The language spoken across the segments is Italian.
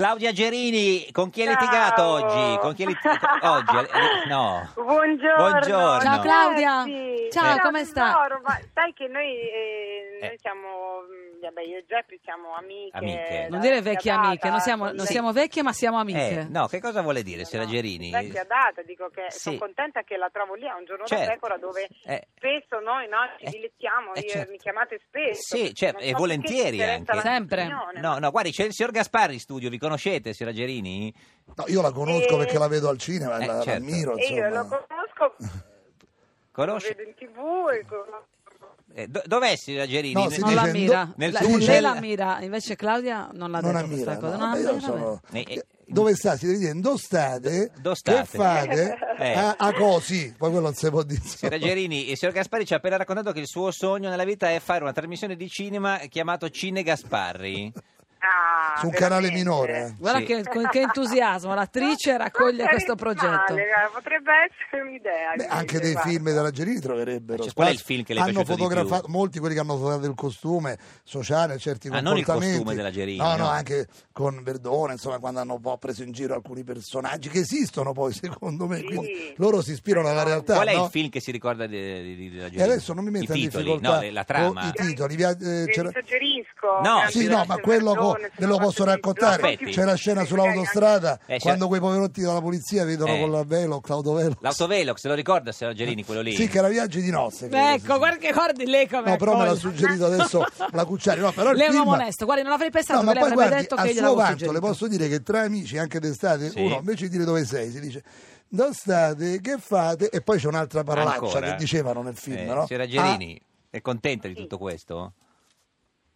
Claudia Gerini, con chi hai litigato Ciao. oggi? Con chi hai litigato oggi? Eh, No. Buongiorno. Buongiorno. Ciao, Claudia. Ragazzi. Ciao, Ciao, come sta? tesoro, ma sai che noi, eh, noi Eh. siamo, mh, vabbè, io e Geppi siamo amiche. Amiche. da Non dire vecchie vecchia amiche, data, non siamo, sì. non siamo vecchie ma siamo amiche. Eh, no, che cosa vuole dire, Sera No, Gerini? Vecchia data, dico che Sì. sono contenta che la trovo lì, è un giorno Certo. da pecora dove Eh. spesso noi no, ci Eh, dilettiamo, eh, io- certo. mi chiamate spesso. Sì, certo, Non e so volentieri perché ci anche. interessa la Sempre. opinione, No, ma- no, guardi, c'è il signor Gasparri in studio, vi conoscete, Sera Gerini? No, io la conosco Eh, perché la vedo al cinema, eh, la, la certo. ammiro, E insomma. io lo conosco, lo Conosce? vedo in tv e conosco- Eh, do- dov'è Sera Gerini? No, si Non dice- la do- mira, nel La- tuo lei cell- la mira, invece Claudia non l'ha non detto questa ammira, cosa. no, Non vabbè, ammira, io vabbè. sono... Eh, eh. Dove sta? Si deve dire, dove state? Dove state? Che fate? Ah, Eh. A, a cosi? Poi quello non si può dire. Sera Gerini, il signor Gasparri ci ha appena raccontato che il suo sogno nella vita è fare una trasmissione di cinema chiamato Cine Gasparri. Ah, Su un canale veramente. Ah, minore. Guarda Sì. che, con che entusiasmo, l'attrice raccoglie Non questo sarebbe progetto. male, guarda, potrebbe essere un'idea. Beh, invece, anche dei guarda. film della Gerini troverebbero. Cioè, qual è il spazio. film che le è Hanno piaciuto di fotografato più? molti quelli che hanno fotografato il costume sociale, certi Ah, non il comportamenti. costume della Gerini, No, no, no. anche con Verdone, insomma, quando hanno un po' preso in giro alcuni personaggi che esistono poi, secondo me. Sì. Quindi loro si ispirano alla realtà. Qual è no? il film che si ricorda di, di, di- della E Gerini? adesso non mi metta I in titoli, difficoltà no, le- la con trama. i titoli. via- eh, Ve c'era- li suggerisco. No, Grazie, sì, no, ma grazie, quello co- Verdone, ve lo sono posso fatto di- raccontare. Aspetti. C'è la scena sull'autostrada Eh, c'è- quando quei poverotti dalla polizia vedono Eh. con la velo, Claudio Velo. L'autovelox, se lo ricorda Sera Gerini, quello lì? Sì, che era viaggi di nozze. credo, sì, Ecco, sì. guarda che guardi lei come No, però me l'ha raccoglie. suggerito adesso la Cucciari. No, però il Lei è un film... uomo onesto, guardi, non avrei pensato No, che ma lei poi avrebbe guardi, detto a che suo gliel'avevo vanto suggerito. le posso dire che tra amici, anche d'estate, Sì. uno invece di dire dove sei, si dice dove state, che fate, e poi c'è un'altra parolaccia Ancora? che dicevano nel film, Eh, no? Ah, Sera Gerini, è contenta di tutto questo?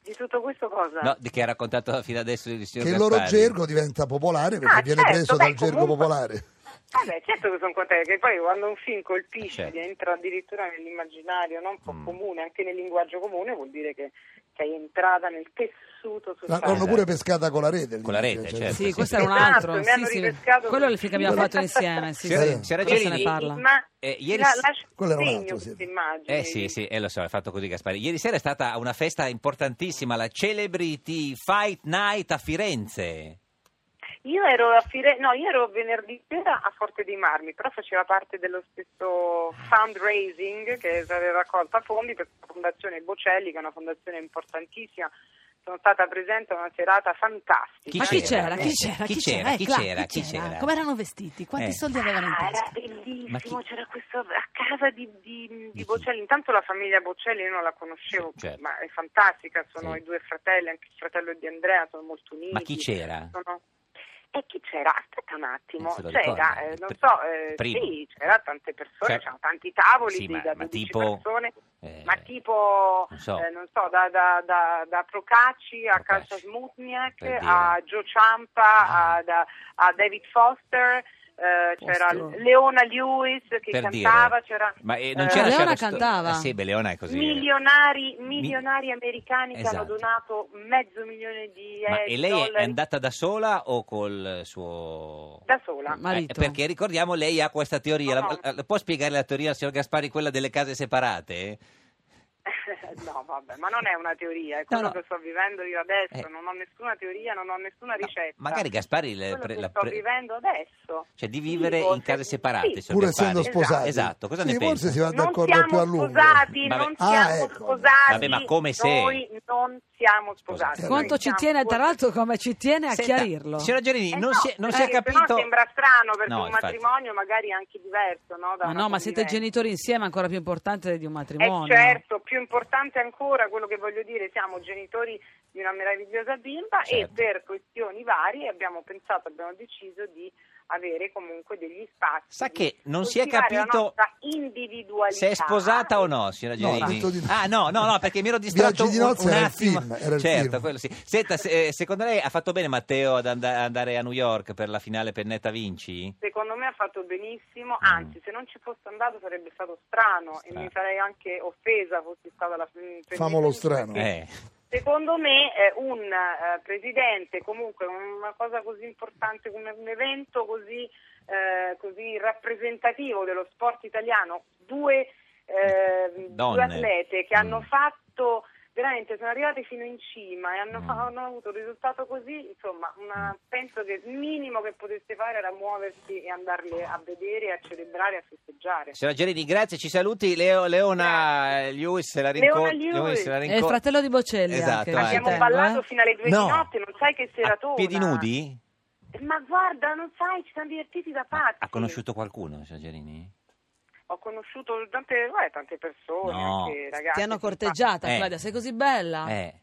Di tutto questo cosa? No, di che ha raccontato fino adesso il Ah, signor che il loro Gasparri. gergo diventa popolare perché Ah, viene certo, preso beh, dal gergo comunque- popolare. Vabbè, certo che sono contenta, che poi quando un film colpisce, Certo. entra addirittura nell'immaginario non un po' Mm. comune, anche nel linguaggio comune, vuol dire che sei entrata nel tessuto La- sociale. L'hanno pure pescata con la rete. Con la rete, cioè, certo. Sì, questo era un Esatto, altro. mi hanno sì, sì. ripescato- Quello è il film che abbiamo Sì. fatto insieme. Sì, Signora- sì. signora Però se Gelini, ne parla. Ma Eh, ieri la, s- lascio Quello era un segno altro, sì. queste immagini. Eh sì, sì, eh, lo so, è fatto così Gasparri. Ieri sera è stata una festa importantissima, la Celebrity Fight Night a Firenze. Io ero a Firenze, no, io ero venerdì sera a Forte dei Marmi, però faceva parte dello stesso fundraising che aveva raccolta fondi per la Fondazione Bocelli, che è una fondazione importantissima. Sono stata presente a una serata fantastica. Ma chi c'era? c'era? Eh, Chi c'era? chi Chi c'era? c'era? Eh, Chi Cla- c'era? Chi chi c'era? c'era? Come erano vestiti? Quanti Eh. soldi avevano in Ah, era tasca? Ma chi- bellissimo, c'era questo a casa di, di- di Bocelli. Intanto la famiglia Bocelli io non la conoscevo, Sì, certo. ma è fantastica. Sono Sì. i due fratelli, anche il fratello di Andrea, sono molto uniti. Ma chi c'era? Sono- E chi c'era? Aspetta un Non attimo, se lo ricorda. c'era, eh, non Pr- so, eh, primo. sì, c'era tante persone, Cioè- c'erano tanti tavoli Sì, di- ma- da ma 12 tipo- persone, eh, ma tipo, non so. eh, non so, da, da, da, da Procacci a Procacci, Calcia Smutniak, per dire. a Joe Ciampa, Ah. a, da- a David Foster, eh, c'era Foster. Leona Lewis che Per cantava, dire. c'era... Ma eh, non eh, c'era Leona c'era sto- cantava. Eh, sì, beh, Leona è così. Milionari, milionari americani che hanno Esatto. donato mezzo milione di euro. Ma e lei è andata da sola o col suo... Eh, da sola. Ma- Marito. perché ricordiamo, lei ha questa teoria. No, La- può spiegare la teoria al signor Gaspari, quella delle case separate? no, vabbè, ma non è una teoria, è No, quello no. che sto vivendo io adesso. Eh. Non ho nessuna teoria, non ho nessuna No, ricetta. magari Gaspari le Quello pre- che la sto pre- vivendo adesso. Cioè di vivere Vivo, in case sì, separate. sì. signor Pur Gaspari. essendo sposati. Esatto, cosa Sì, ne pensa? Forse si va Non d'accordo siamo più a lungo. sposati, Vabbè. non Ah, siamo ecco. sposati. Vabbè, ma come se? Noi non siamo sposati. Eh, Quanto noi ci siamo tiene, tra due- l'altro, come ci tiene a Senta, chiarirlo? Signora Gerini, Eh non, no, si è, non si perché è sennò capito. sembra strano perché No, un infatti. matrimonio magari è anche diverso, no? da Ma una no, ma siete convivenza. genitori insieme, ancora più importante di un matrimonio. E Eh, certo, più importante ancora quello che voglio dire, siamo genitori di una meravigliosa bimba Certo. e per questioni varie abbiamo pensato, abbiamo deciso di avere comunque degli spazi. Sa di che non si è coltivare la capito nostra individualità. eh. Se è sposata o no, signora No, Gerini? detto di no. Ah, no, no, no, perché mi ero distratto un, Viaggi di nozze un era il attimo. film, era il certo, film. quello sì. Senta, se- eh, secondo lei ha fatto bene Matteo ad and- andare a New York per la finale Pennetta Vinci? Secondo me ha fatto benissimo, Mm. anzi se non ci fosse andato sarebbe stato strano, Strano. e mi sarei anche offesa fosse stata la mm, Famolo perché- strano. perché Eh, Secondo me eh, un eh, presidente, comunque una cosa così importante come un evento così, eh, così rappresentativo dello sport italiano, due, eh, due Donne. atlete che Mm. hanno fatto veramente sono arrivati fino in cima e hanno, Mm. fa- hanno avuto un risultato così, insomma, una- penso che il minimo che potesse fare era muoversi e andarle a vedere, a celebrare, a festeggiare. Signora Gerini, grazie, ci saluti. Leo- Leona Lewis se la Leona rincontra. Lewis. È il fratello di Bocelli Esatto, anche, eh. non ci Abbiamo tengo, ballato eh. fino alle due No. di notte, non sai che sera A torna. piedi nudi? Ma guarda, non sai, ci siamo divertiti da pazzi. Ha conosciuto qualcuno, signora Gerini? Ho conosciuto tante, eh, tante persone, No. anche ragazzi. Ti hanno corteggiata, Eh. Claudia, sei così bella. Eh,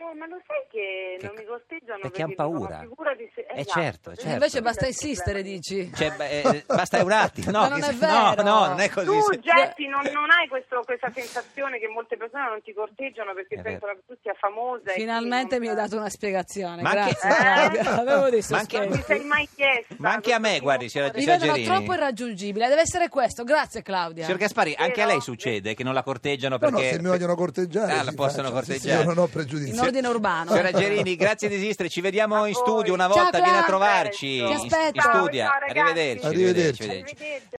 Eh, ma lo sai che, Che- non mi corteggiano perché han dicono, paura. "Ma figurati se-" Eh, esatto. certo, certo. Invece Questo basta è il insistere, problema. dici. cioè, beh, eh, basta un attimo, no? Ma non che- è vero. No, no, non è così. Tu, Se- Geppi, non, non hai questo- questa sensazione che molte persone non ti corteggiano perché È pensano che tu sia famosa. e Finalmente quindi mi hai non- dato una spiegazione, Ma anche- grazie. Eh? Claudia. Avevo dei Ma anche- Non ti sospetti. sei mai chiesta. Ma anche a me, guardi, c'era- Mi Signor vedono Gerini. troppo irraggiungibile, deve essere questo, grazie Claudia. Signor Gaspari, anche a lei Vero? succede che non la corteggiano No, perché... no, se mi vogliono corteggiare, Ah, si la possono faccia. Sì, sì, corteggiare. io non ho In pregiudizi. ordine urbano. Ah, Signora Gerini, grazie di esistere, ci vediamo A in studio voi. una Ciao, volta, viene a Claudia. trovarci Ti in, in aspetto. studio. Ciao, ciao, ragazzi. Arrivederci, Arrivederci. Arrivederci.